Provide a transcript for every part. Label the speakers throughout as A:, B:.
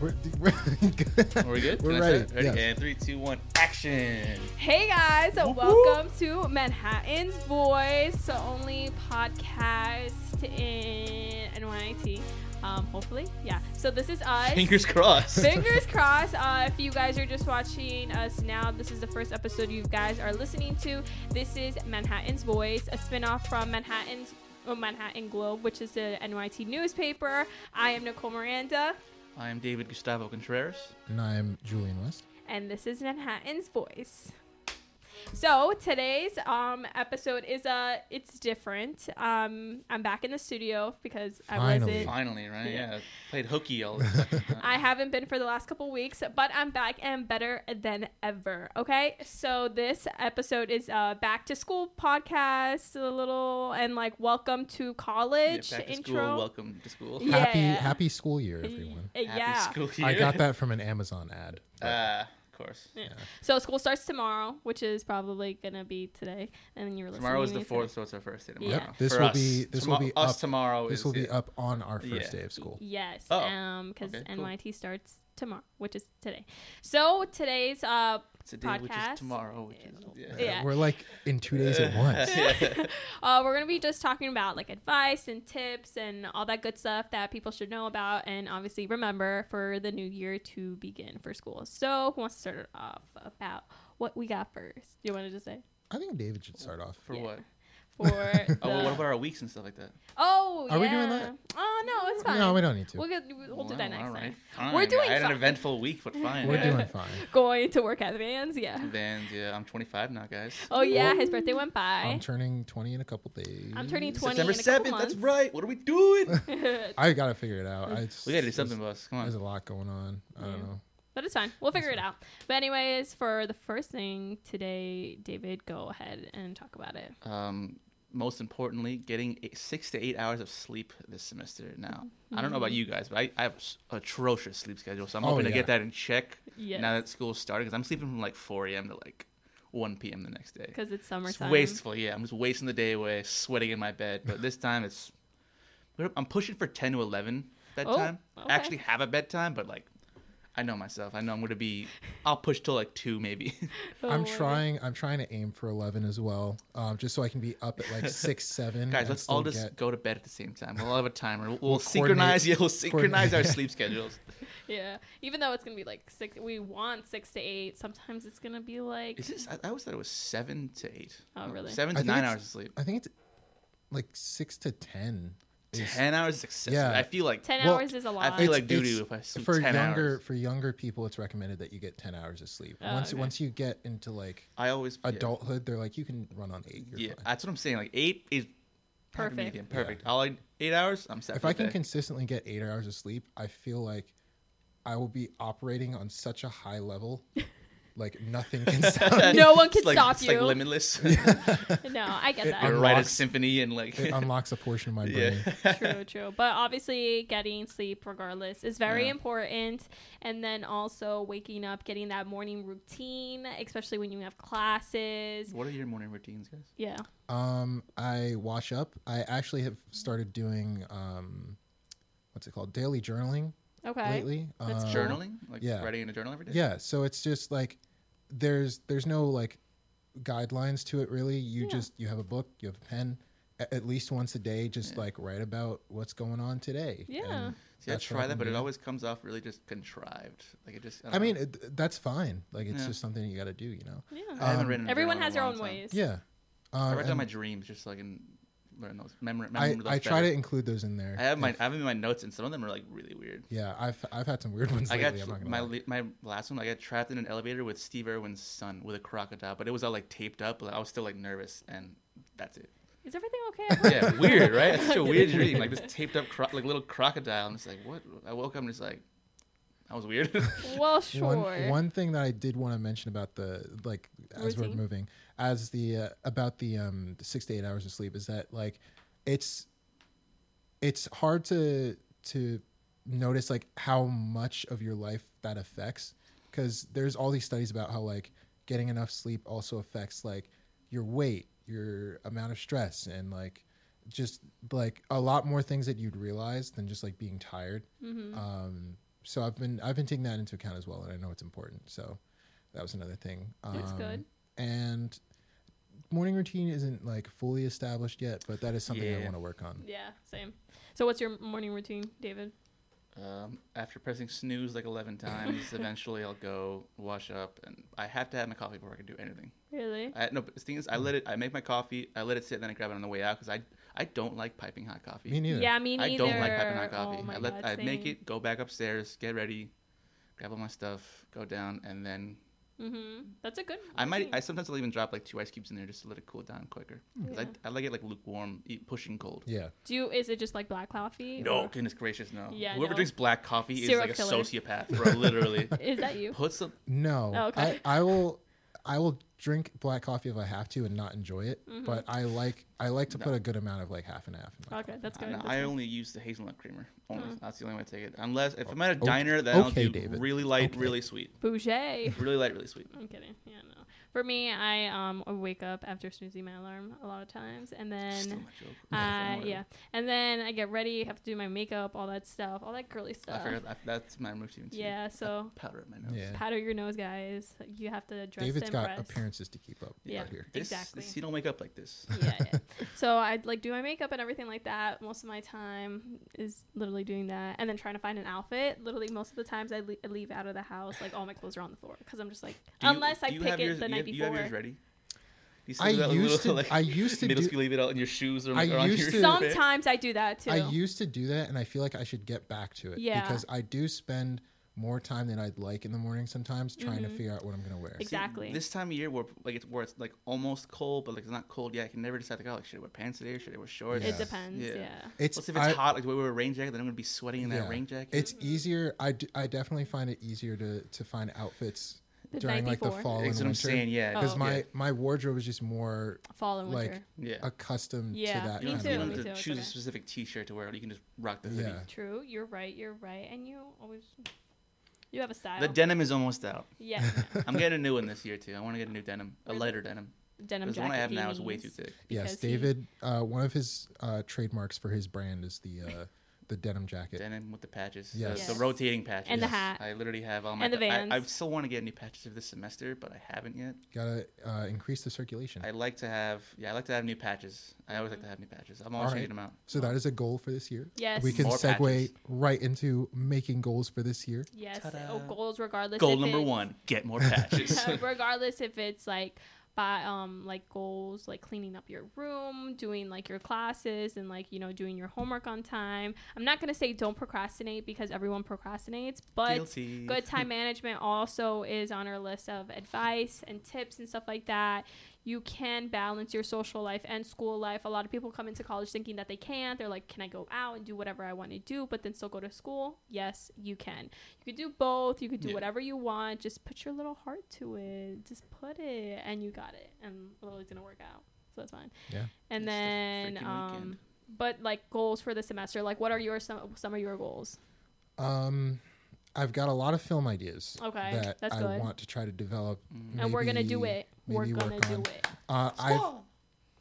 A: We're, we're,
B: Are we good?
A: We're
B: Can I
A: ready,
B: start? Ready?
A: yes.
B: And three, two, one, action.
C: Hey guys,
B: Whoop,
C: welcome to Manhattan's Voice, the only podcast in NYT. Um, hopefully, yeah. So this is us.
B: Fingers crossed.
C: Fingers crossed. Uh, if you guys are just watching us now, this is the first episode you guys are listening to. This is Manhattan's Voice, a spinoff from Manhattan's or Manhattan Globe, which is the NYT newspaper. I am Nicole Miranda,
B: I am David Gustavo Contreras.
A: and I'm Julian West.
C: and this is Manhattan's Voice. So today's um, episode is uh, it's different. Um, I'm back in the studio because I
A: Finally.
C: wasn't
B: Finally, right?
C: Yeah.
B: Yeah. Played hooky all the time.
C: I haven't been for the last couple weeks, but I'm back and better than ever. Okay, so this episode is a back to school podcast, a little and like welcome to
B: Yeah,
C: college
B: back to
C: intro.
B: school. Welcome to school.
C: Yeah.
A: Happy happy school year, everyone.
C: Y-
B: Happy
C: yeah.
B: school year.
A: I got that from an Amazon ad. but
B: Uh, of course.
C: So school starts tomorrow, which is probably gonna be today, and then you're listening.
B: Tomorrow is
C: to
B: the
C: me
B: fourth, so it's our first day tomorrow.
C: Yeah.
A: This
B: For
A: will
B: us.
A: be- this will
B: Tomo-
A: be
B: us
A: up-
B: tomorrow.
A: this
B: is
A: will be
B: it.
A: up on our first
B: Yeah.
A: day of school.
C: Yes,
B: Oh,
C: um, because
B: okay, cool.
C: NYT starts tomorrow, which is today. So today's uh,
B: It's a day which
C: podcast.
B: is tomorrow, which is yeah.
C: Yeah.
A: Uh, We're like in two days at once.
B: Yeah.
C: uh, we're gonna be just talking about like advice and tips and all that good stuff that people should know about, and obviously remember for the new year to begin for school. So who wants to start it off about what we got first? You want to just say
A: I think David should start off.
B: For
C: Yeah.
B: what?
C: for the...
B: Oh, well, what about our weeks and stuff like that?
C: oh
A: Are we doing
C: yeah.
A: that?
C: Oh no, it's fine.
A: No, we don't need to.
C: We'll, get, we'll do
B: Well,
C: that next
B: all
C: time.
B: right. Fine.
C: We're doing
B: I had an
C: fine.
B: eventful week, but fine.
A: We're
B: yeah.
A: doing fine.
C: Going to work at Vans, yeah.
B: Vans, yeah. I'm 25 now, guys.
C: Oh yeah, his birthday went by.
A: I'm turning 20 in a couple days.
C: I'm turning 20
B: September
C: in a couple
B: 7th. That's
C: months.
B: right. What are we doing?
A: I gotta figure it out. I just,
B: we gotta do something,
A: There's,
B: boss. Come
A: there's
B: on.
A: a lot going on. I don't know.
C: But it's fine. We'll figure it out. But anyways, for the first thing today, David, go ahead and talk about it.
B: Um, most importantly, getting eight, six to eight hours of sleep this semester. Now, I don't know
C: Mm-hmm.
B: about you guys, but I, I have s- atrocious sleep schedule, so I'm
A: Oh,
B: hoping to
A: yeah.
B: get that in check
C: Yes.
B: now that school's started. Because I'm sleeping from like 4 a.m. to like 1 p.m. the next day.
C: Because it's
B: It's
C: summertime.
B: wasteful. Yeah, I'm just wasting the day away, sweating in my bed. But this time, it's I'm pushing for 10 to 11
A: Oh,
B: bedtime.
C: okay.
B: I actually have a bedtime, but like. I know myself. I know I'm gonna be. I'll push till like two, maybe.
C: Oh,
A: I'm
C: my God.
A: trying. I'm trying to aim for 11 as well, um, just so I can be up at like six, seven.
B: Guys,
A: and
B: let's
A: still
B: all just
A: get-
B: go to bed at the same time. We'll all have a timer. We'll, we'll
A: We'll
B: synchronize.
A: coordinate-
B: Yeah, we'll synchronize our
A: coordinate.
B: sleep schedules.
C: Yeah. Even though it's gonna be like six, we want six to eight. Sometimes it's gonna be like
B: Is this? I, I always thought it was seven to eight.
C: Oh, really?
B: Seven
A: I
B: to
A: think
B: nine
A: it's
B: hours of sleep.
A: I think it's like six to 10. is-
B: Ten hours is excessive.
A: Yeah.
B: I feel like
C: ten
A: Well,
C: hours is a lot.
B: I feel like
A: It's-
B: doo doo
A: it's-
B: if I sleep
A: for
B: ten
A: younger
B: hours.
A: for younger people, it's recommended that you get 10 hours of sleep.
C: Oh,
A: once
C: okay.
A: once you get into like
B: I always yeah.
A: adulthood, they're like you can run on eight. You're
B: Yeah,
A: fine.
B: that's what I'm saying. Like eight is kind of
C: Perfect.
B: medium. Perfect. I'll like eight hours. I'm set.
A: if
B: for
A: I
B: the
A: can
B: day.
A: consistently get eight hours of sleep, I feel like I will be operating on such a high level, like nothing can stop. me.
C: No one
B: It's
C: can
B: like,
C: stop
B: it's like
C: you.
B: limitless.
C: no, I get
A: It-
C: that.
B: I write a
A: Unlocks-
B: symphony and like
A: It unlocks a portion of my brain.
B: yeah.
C: true, true. But obviously, getting sleep, regardless, is very
B: Yeah.
C: important. And then also waking up, getting that morning routine, especially when you have classes.
B: What are your morning routines, guys?
C: Yeah.
A: Um, I wash up. I actually have started doing um, what's it called? Daily journaling
C: Okay.
A: lately.
C: That's
A: um,
C: cool.
B: Journaling, like
A: yeah.
B: writing in a journal every day.
A: Yeah, so it's just like there's there's no like guidelines to it really. You
C: Yeah.
A: just you have a book, you have a pen. A- At least once a day, just like write about what's going on today.
C: Yeah.
A: And
B: See, I
A: that's what
B: try
A: I've
B: that,
A: been
B: but it
A: doing.
B: always comes off really just contrived. Like it just. don't
A: I
B: know.
A: mean, it, that's fine. Like it's
B: Yeah.
A: just something you got to do, you know.
C: Yeah.
B: I haven't
A: Um,
B: written. in a
C: Everyone
B: journal in a
C: has their
B: long
C: own
B: time.
C: ways.
A: Yeah. Um,
B: I write down
A: and
B: my dreams just so I can learn those. Memor-
A: I,
B: remember those
A: I try to
B: better.
A: include those in there.
B: I have my
A: if-
B: I have them in my notes, and some of them are like really weird.
A: yeah, I've I've had some weird ones
B: I
A: lately.
B: got
A: I'm not gonna
B: my
A: lie.
B: li- my last one. I got trapped in an elevator with Steve Irwin's son with a crocodile, but it was all like taped up. But I was still like nervous, and that's it.
C: Is everything okay?
B: Yeah, weird, right? It's such a weird dream, like this taped up cro- like little crocodile. I'm just like, what? I woke up and just like, that was weird.
C: well, sure.
A: One, one thing that I did want to mention about the like as we're
C: Routine.
A: moving as the uh, about the um the six to eight hours of sleep is that like it's it's hard to to notice like how much of your life that affects because there's all these studies about how like getting enough sleep also affects like your weight your amount of stress and like
C: Mm-hmm. Mm.
A: just like a lot more things that you'd realize than just like being tired um so I've been I've been taking that into account as well, and I know it's important. So that was another thing.
C: That's
A: Um,
C: good.
A: And morning routine isn't like fully established yet, but that is something I
B: Yeah.
A: want to work on.
C: Yeah, same. So what's your morning routine, David?
B: Um, after pressing snooze like 11 times, eventually I'll go wash up, and I have to have my coffee before I can do anything.
C: Really?
B: I, no, but the thing is, I let it. I make my coffee, I let it sit, then I grab it on the way out because I I don't like piping hot coffee.
A: Me neither.
C: Yeah, me neither.
B: I don't like piping hot
C: Oh
B: coffee.
C: my
B: I let
C: God,
B: I make
C: same.
B: it, go back upstairs, get ready, grab all my stuff, go down, and then
C: Mhm. That's a good.
B: I might.
C: routine.
B: I sometimes I'll even drop like two ice cubes in there just to let it cool down quicker. 'Cause
C: Yeah.
B: I, I like it like lukewarm, e- pushing cold.
A: Yeah.
C: Do you, is it just like black coffee?
B: No,
C: or-
B: goodness gracious, no.
C: Yeah,
B: Whoever
C: no.
B: drinks black coffee is
C: Serial
B: like a
C: killer.
B: sociopath, bro. Literally,
C: Is that you?
B: put some.
A: No.
C: Oh, okay.
A: I, I will I will drink black coffee if I have to and not enjoy it.
C: Mm-hmm.
A: But I like I like to
B: No.
A: put a good amount of like half and half. In my
C: Okay, that's good.
B: No,
C: that's
B: I
C: good. Uh-huh.
B: only use the hazelnut creamer. Only
C: Huh.
B: that's the only way I take it. Unless if I'm at a diner, then I'll
A: okay,
B: do
A: David.
B: really light,
A: Okay.
B: really sweet,
C: Bouger.
B: really light, really sweet.
C: I'm kidding. Yeah, no. For me, I um wake up after snoozing my alarm a lot of times, and
B: Still
C: then
B: my joke.
C: I
B: Whatever.
C: yeah, and then I get ready, have to do my makeup, all that stuff, all that girly
B: I
C: stuff.
B: forgot that, that's my routine too.
C: uh, Yeah, so
B: powder in my nose.
A: uh, Yeah.
C: powder your nose, guys. You have to dress
A: David's
C: to
A: got
C: impress.
A: appearances to keep up
C: Yeah.
A: out here.
B: This,
C: Exactly.
B: This, you don't wake up like this.
C: yeah, yeah. So I'd like do my makeup and everything like that. Most of my time is literally doing that, and then trying to find an outfit. Literally, most of the times I, le- I leave out of the house, like all my clothes are on the floor because I'm just like,
B: Do you-
C: unless
B: do
C: I
B: you
C: pick
B: have
C: it
B: yours-
C: the
B: you
C: night
B: have-
C: before.
B: You have yours ready. Do you still
A: I
B: do that
A: used to
B: like,
A: I used to
B: middle
A: do
B: school leave it out on your shoes or,
A: I
B: or on
A: used
B: your
A: to-
B: pants?
C: Sometimes I do that too.
A: I used to do that, and I feel like I should get back to it
C: Yeah.
A: because I do spend more time than I'd like in the morning sometimes trying to figure out what I'm gonna wear.
C: Mm-hmm. Ex- Exactly.
B: This time of year, where like it's where it's like almost cold, but like it's not cold yet. I can never decide like, oh, like, should I wear pants today or should I wear shorts?
A: Yeah.
C: It depends. Yeah.
A: It's,
B: Plus, if it's
A: I-
B: hot, like the way we wear a rain jacket, then I'm gonna be sweating in that
A: yeah.
B: rain jacket.
A: It's
C: Mm-hmm.
A: easier. I, d- I definitely find it easier to to find outfits
C: The
A: during
C: night
A: like the
C: before.
A: fall
B: That's
A: and
B: what
A: winter
B: I'm saying. Yeah,
C: Oh.
A: because
B: yeah,
A: my my wardrobe is just more
C: Fall and
A: like
C: winter.
B: yeah.
A: accustomed
C: Yeah,
A: to that.
B: You don't,
A: kind
B: have to-
C: Me
B: you
A: of
C: too,
B: don't
A: weather.
C: me
B: have to
C: too,
B: choose
C: okay.
B: a specific T-shirt to wear. You can just rock the hoodie.
A: Yeah.
C: True. You're right. You're right. And you always you have a style.
B: The denim is almost out.
C: yeah. yeah.
B: I'm getting a new one this year too. I want to get a new denim, a
C: Really?
B: lighter denim.
C: Denim
B: Because
C: jacket.
B: the one I have now is
C: beanies.
B: way too thick.
A: Yes,
C: because he-
A: David. Uh, one of his uh, trademarks for his brand is the uh, the denim jacket.
B: Denim with the patches. the-
A: Yes.
B: The,
C: Yes.
B: rotating patches.
C: And the hat.
B: I literally have all my.
C: And the
B: pa- I, I
C: Vans.
B: still want to get new patches for this semester, but I haven't yet.
A: Gotta uh, increase the circulation.
B: I like to have. Yeah, I like to have new patches. I always like to have new patches. I'm always
A: All right.
B: changing them out.
A: so that is a goal for this year.
C: Yes.
A: We can
B: More
A: segue
B: patches.
A: right into making goals for this year.
C: Yes.
B: Ta-da.
C: Oh, goals regardless.
B: Goal
C: if
B: number
C: it's-
B: one: get more patches.
C: regardless if it's like by um like goals like cleaning up your room doing like your classes and like you know doing your homework on time i'm not going to say don't procrastinate because everyone procrastinates but
B: Guilty.
C: good time management also is on our list of advice and tips and stuff like that you can balance your social life and school life a lot of people come into college thinking that they can't they're like can i go out and do whatever i want to do but then still go to school yes you can you could do both you could do
B: Yeah.
C: whatever you want just put your little heart to it just put it and you got it and literally it didn't work out so that's fine
A: Yeah.
C: and
B: It's the
C: then
B: freaking
C: um
B: weekend.
C: but like goals for the semester like what are your some some of your goals
A: Um, I've got a lot of film ideas
C: Okay,
A: that
C: that's
A: I
C: good.
A: want to try to develop,
B: Mm-hmm.
C: and we're gonna do
A: Maybe-
C: it we're
A: maybe work
C: gonna do
A: on-
C: it
A: Uh, I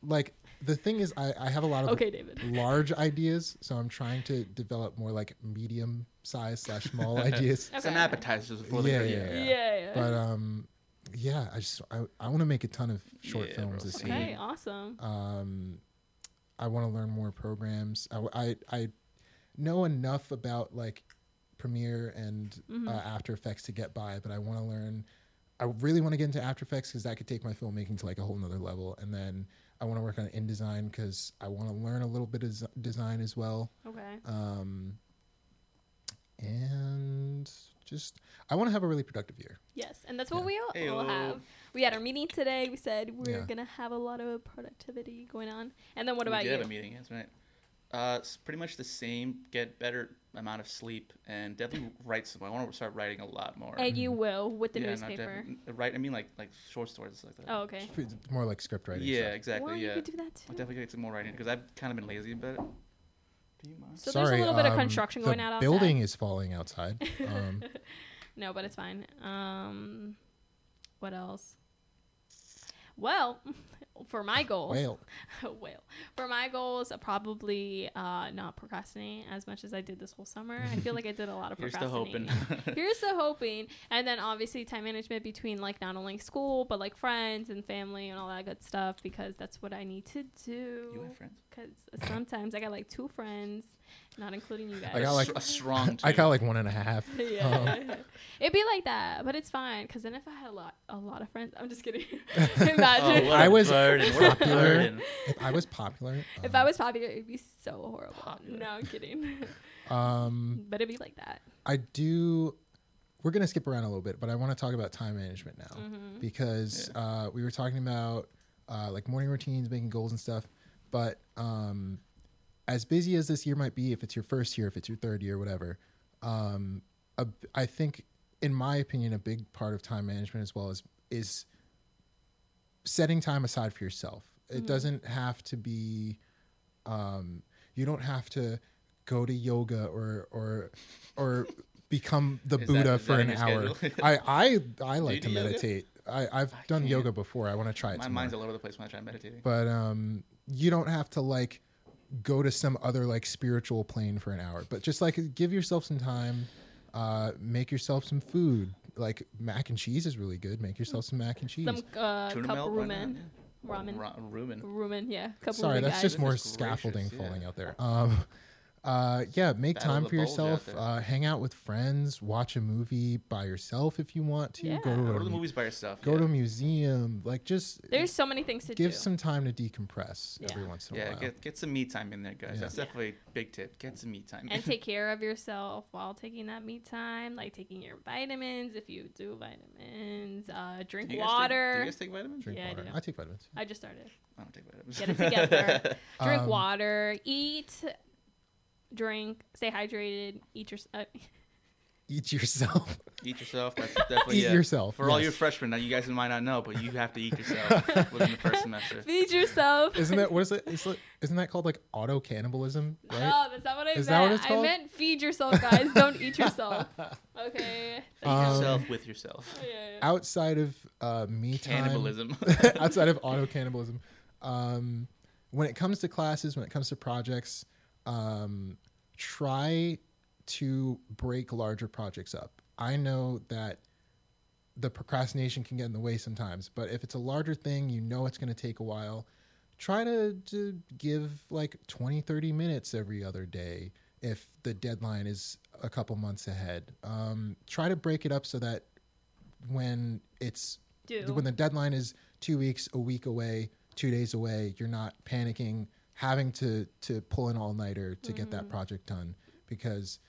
A: like the thing is I, I have a lot of
C: Okay, David.
A: large ideas, so I'm trying to develop more like medium size slash small ideas.
B: Some
C: Okay.
B: appetizers before
A: Yeah,
B: the
A: yeah,
C: Yeah.
A: yeah.
C: yeah.
A: But um, yeah, I just I, I want to make a ton of short
B: Yeah,
A: films
B: bro.
A: this
C: okay,
A: year.
C: awesome.
A: Um, I want to learn more programs. I I, I know enough about like Premiere and
C: Mm-hmm.
A: uh, After Effects to get by, but I want to learn. I really want to get into After Effects because that could take my filmmaking to like a whole nother level. And then I want to work on InDesign because I want to learn a little bit of z- design as well.
C: Okay.
A: Um, and just, I want to have a really productive year.
C: Yes, and that's what
A: Yeah.
C: we all, all
B: Ayo.
C: have. We had our meeting today. We said we're
A: Yeah.
C: gonna have a lot of productivity going on. And then what about
B: we did
C: you?
B: have a meeting. That's right. Uh, it's pretty much the same. Get better amount of sleep and definitely write some. I want to start writing a lot more.
C: And you will with the
B: yeah, not
C: newspaper.
B: defi- Write. I mean, like like short stories and stuff like that.
C: Oh, okay.
A: It's More like script writing.
B: yeah,
A: stuff.
B: exactly.
C: well,
B: yeah,
C: you could do that
B: I
C: too.
B: definitely get some more writing because I've kind of been lazy about it. Do you mind?
C: So there's a little bit of construction
A: um, the
C: going on outside.
A: Building is falling outside. Um,
C: No, but it's fine. Um, what else? Well, for my goals,
A: Whale.
C: well, for my goals, uh, probably uh, not procrastinate as much as I did this whole summer. I feel like I did a lot of
B: Here's the
C: procrastinating.
B: hoping.
C: Here's the hoping, and then obviously time management between like not only school but like friends and family and all that good stuff because that's what I need to
B: you
C: do.
B: and friends.
C: Because sometimes I got like two friends, not including you guys.
A: I got,
B: A
A: like- uh-huh.
B: str- a strong.
A: I
B: two.
A: got like one and a half.
C: yeah, it'd be like that, but it's fine. Cause then if I had a lot, a lot of friends, I'm just kidding. Imagine
B: Oh,
A: I
B: I
A: was
B: was burden. What a
A: popular.
B: burden.
A: If I was popular, um,
C: if I was popular, it'd be so horrible.
B: Popular.
C: No, I'm kidding.
A: um,
C: but it'd be like that.
A: I do. We're gonna skip around a little bit, but I want to talk about time management now
C: Mm-hmm.
A: because uh, we were talking about uh, like morning routines, making goals and stuff. But um, as busy as this year might be, if it's your first year, if it's your third year, whatever, um, a, I think, in my opinion, a big part of time management as well is is setting time aside for yourself. It
B: Mm-hmm.
A: doesn't have to be um, you don't have to go to yoga or or or become the
B: Is that-
A: Buddha
B: is
A: for
B: that
A: an
B: in your
A: hour.
B: schedule?
A: I I I like to
B: Do you do yoga?
A: meditate. I, I've done
B: can't.
A: yoga before. I want to try it.
B: My
A: tomorrow.
B: mind's all over the place when I try meditating.
A: but um, you don't have to like go to some other like spiritual plane for an hour. But just like give yourself some time. Uh, make yourself some food. Like mac and cheese is really good. Make yourself some mac and cheese.
C: Some uh,
B: Tuna
C: cup
B: melt, why not?
C: ramen,
B: Yeah.
C: ramen,
B: Ra- Ramen.
C: ramen. Yeah, cup
A: Sorry,
C: ramen
A: that's
C: guys.
A: just more
B: Goodness gracious,
A: scaffolding
B: yeah.
A: falling out there. Um, uh, yeah, make
B: Battle
A: time
B: of
A: for
B: the bulge
A: yourself.
B: out there.
A: Uh, hang out with friends. Watch a movie by yourself if you want to. Go
C: Yeah.
A: to
B: Go
A: a,
B: to the
A: mu-
B: movies by yourself.
A: go
B: yeah.
A: to a museum. Like just
C: There's so many things to
A: give
C: do.
A: some time to decompress every
C: Yeah.
A: once in a
B: Yeah,
A: while.
B: get, get some me time in there, guys.
A: Yeah.
B: That's
C: Yeah.
B: definitely a big tip. Get some me time.
C: and take care of yourself while taking that me time, like taking your vitamins if you do vitamins, uh,
B: Do
C: drink
B: you guys take- do
C: water.
B: you guys take vitamins?
A: Drink
C: Yeah, I
A: water.
C: do.
A: I, take vitamins.
C: I just started.
B: I don't take vitamins.
C: Get it together. Drink
A: Um,
C: water, eat, drink, stay hydrated, eat your. Uh,
A: Eat yourself.
B: eat yourself. That's definitely
A: Eat
B: yeah.
A: yourself,
B: For all
A: yes.
B: your freshmen, now you guys might not know, but you have to eat yourself within the first semester.
C: feed yourself.
A: Isn't that what is it? Is it isn't that called like auto cannibalism? Right?
C: No, that's not what I
A: Is that
C: meant.
A: what it's
C: I
A: called?
C: meant feed yourself, guys. Don't eat yourself. Okay.
B: Eat
A: Um,
B: yourself with yourself.
C: Yeah.
A: Outside of uh, me time,
B: Cannibalism.
A: outside of auto cannibalism. Um, when it comes to classes, when it comes to projects, um, try to break larger projects up. I know that the procrastination can get in the way sometimes, but if it's a larger thing, you know it's going to take a while. Try to, to give like 20, 30 minutes every other day if the deadline is a couple months ahead. Um, try to break it up so that when it's
C: Due.
A: when the deadline is two weeks, a week away, two days away, you're not panicking, having to to pull an all nighter to get that project done because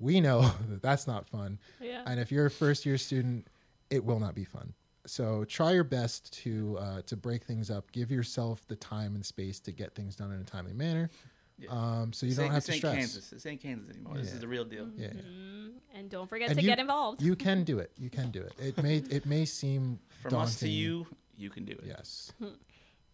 A: we know that that's not fun.
C: Yeah.
A: And if you're a first year student, it will not be fun. So try your best to uh, to break things up. Give yourself the time and space to get things done in a timely manner.
B: Yeah.
A: Um, so you
B: This
A: don't
B: ain't-
A: have
B: this
A: to
B: ain't
A: stress.
B: Kansas. This ain't Kansas anymore. This
A: Yeah. Mm-hmm.
B: is the real deal.
A: Yeah.
C: Mm-hmm.
B: Mm-hmm.
C: and don't forget
A: And
C: to
A: you-
C: get involved.
A: You can do it. You can do it. It may it may seem
B: From
A: daunting.
B: us to you, you can do it.
A: Yes.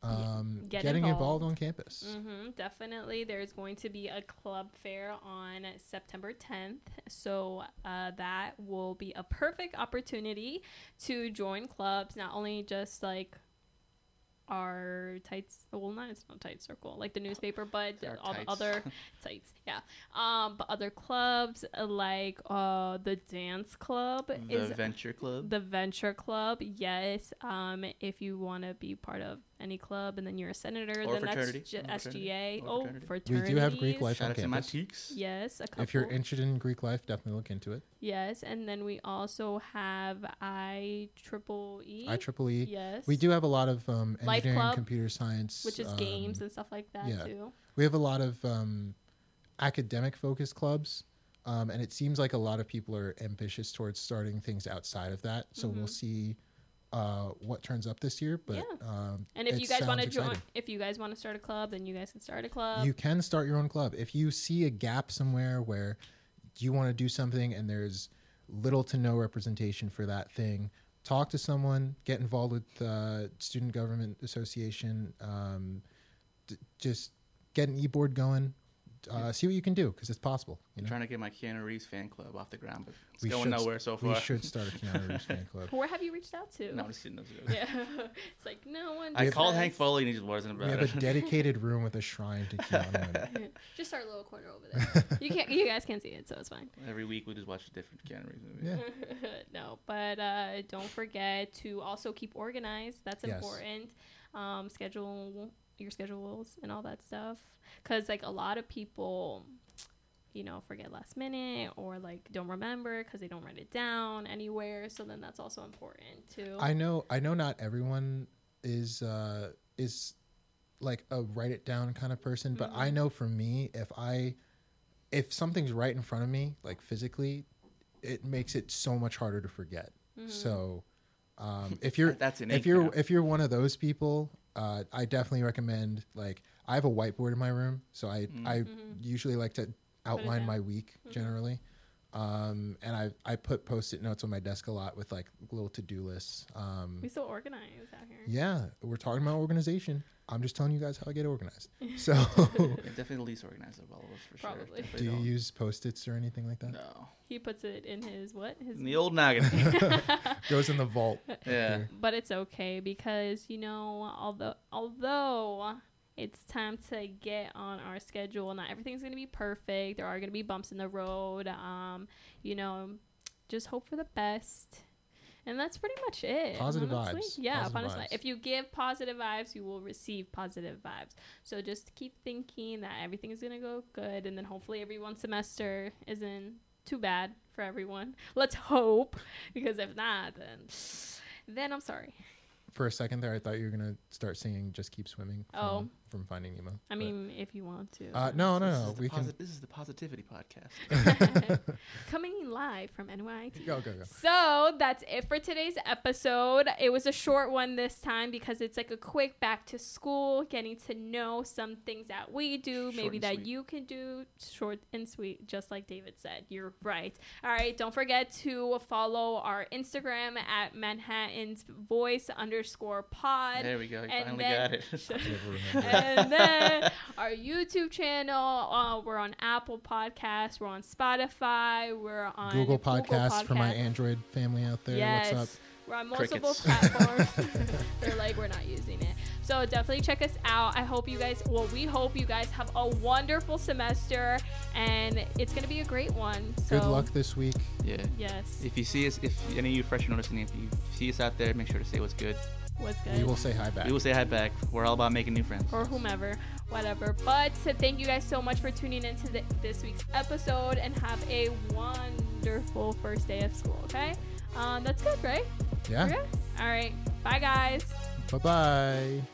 A: Um,
C: Get
A: getting involved.
C: involved.
A: on campus.
C: hmm definitely. There's going to be a club fair on September 10th. So uh, that will be a perfect opportunity to join clubs, not only just like our tights well not it's not tight circle like the newspaper but
B: Our
C: all the
B: tights.
C: other tights yeah um but other clubs like uh the dance club
B: The
C: is
B: Venture Club.
C: the venture club yes um if you want to be part of any club and then you're a senator
B: Or
C: then
B: fraternity.
C: that's j-
B: Or fraternity.
C: sga
B: Or
C: oh
A: We
C: fraternities
A: do have Greek life
B: Shout
A: on
B: out to my
A: campus.
B: teaks.
C: yes a couple
A: If you're interested in Greek life, definitely look into it.
C: yes and then we also have i triple e
A: I triple E.
C: yes
A: We do have a lot of um,
C: Life
A: engineering,
C: club,
A: computer science,
C: which is
A: um,
C: games and stuff like that
A: yeah.
C: too
A: We have a lot of um, academic focused clubs, um, and it seems like a lot of people are ambitious towards starting things outside of that. So we'll see uh, what turns up this year. But
C: Mm-hmm. Yeah.
A: um,
C: and if
A: it
C: you guys want to
A: sounds
C: join
A: exciting.
C: if you guys want to start a club then you guys can start a club
A: you can start your own club if you see a gap somewhere where you want to do something and there's little to no representation for that thing talk to someone get involved with the student government association um, d- just get an e-board going uh, see what you can do because it's possible. You
B: I'm
A: know,
B: trying to get my Keanu Reeves fan club off the ground, but it's
A: We
B: going
A: should-
B: nowhere so
A: we
B: far.
A: should start a Keanu Reeves fan club.
C: Where have you reached out to?
B: No, I'm just kidding. I'm just kidding.
C: Yeah. it's like no one.
B: I
C: does
B: called
C: this.
B: Hank Foley and he just wasn't
A: We
B: about
A: have
B: it.
A: a dedicated room with a shrine to Keanu. in it.
C: Just our little corner over there. you can't. You guys can't see it, so it's fine.
B: Every week we just watch a different Keanu Reeves movie.
A: Yeah.
C: no, but uh, don't forget to also keep organized. That's
A: Yes.
C: important. Um, schedule your schedules and all that stuff, because like a lot of people, you know, forget last minute or like don't remember because they don't write it down anywhere. So then that's also important too.
A: I know I know not everyone is uh is like a write it down kind of person, but I know for me if I if something's right in front of me, like physically, it makes it so much harder to forget.
C: Mm-hmm.
A: So um if you're
B: That's innate
A: if you're
B: now.
A: if you're one of those people, uh I definitely recommend like I have a whiteboard in my room, so I I
C: Mm-hmm.
A: usually like to outline
C: down. Mm-hmm.
A: my week generally um, and I I put post-it notes on my desk a lot with like little to-do lists. Um,
C: we so organized out here.
A: yeah, we're talking about organization. I'm just telling you guys how I get organized. So,
B: Yeah, definitely the least organized of all of us for
C: Probably.
B: sure.
A: do
B: Definitely
A: you
B: don't-
A: use post-its or anything like that?
B: No.
C: He puts it in his what? His
B: In the old noggin.
A: Goes in the vault.
B: yeah.
C: but it's okay because you know although although it's time to get on our schedule not everything's going to be perfect there are going to be bumps in the road um you know just hope for the best and that's pretty much it
A: Positive
C: honestly.
A: vibes.
C: yeah
A: Positive
C: honestly
A: vibes.
C: if you give positive vibes you will receive positive vibes so just keep thinking that everything is going to go good and then hopefully every one semester isn't too bad for everyone let's hope because if not then then i'm sorry
A: For a second there, I thought you were gonna start singing "Just Keep Swimming" from,
C: Oh.
A: from Finding Nemo.
C: I
A: but-
C: mean, if you want to.
A: uh, no,
B: This
A: no,
B: is
A: no.
B: the
A: We
B: posi-
A: can
B: This is the Positivity Podcast.
C: Coming live from NYT.
A: go, go, go.
C: So that's it for today's episode. It was a short one this time because it's like a quick back to school, getting to know some things that we do,
B: Short
C: maybe
B: and
C: that
B: sweet.
C: you can do, short and sweet, just like David said. You're right. All right, don't forget to follow our Instagram at Manhattan's Voice underscore Pod.
B: There we go. You
C: and
B: finally
C: then-
B: got it.
A: I never remember.
C: and then our YouTube channel. Uh, we're on Apple Podcasts. We're on Spotify. We're on
A: Google Podcasts for my
C: Podcasts.
A: Android family out there.
C: Yes.
A: What's up?
C: We're on multiple
B: Crickets.
C: platforms. They're like, we're not using it. So definitely check us out. I hope you guys, well, we hope you guys have a wonderful semester and it's going to be a great one. So,
A: Good luck this week.
B: yeah.
C: Yes.
B: If you see us, if any of you freshmen are listening, if you see us out there, make sure to say what's good.
C: What's good?
A: We will say hi back.
B: We will say hi back. We're all about making new friends.
C: or whomever, whatever. But so thank you guys so much for tuning into th- this week's episode and have a wonderful first day of school, okay? Um, that's good, right?
A: yeah.
C: Okay? All right. Bye, guys.
A: Bye bye.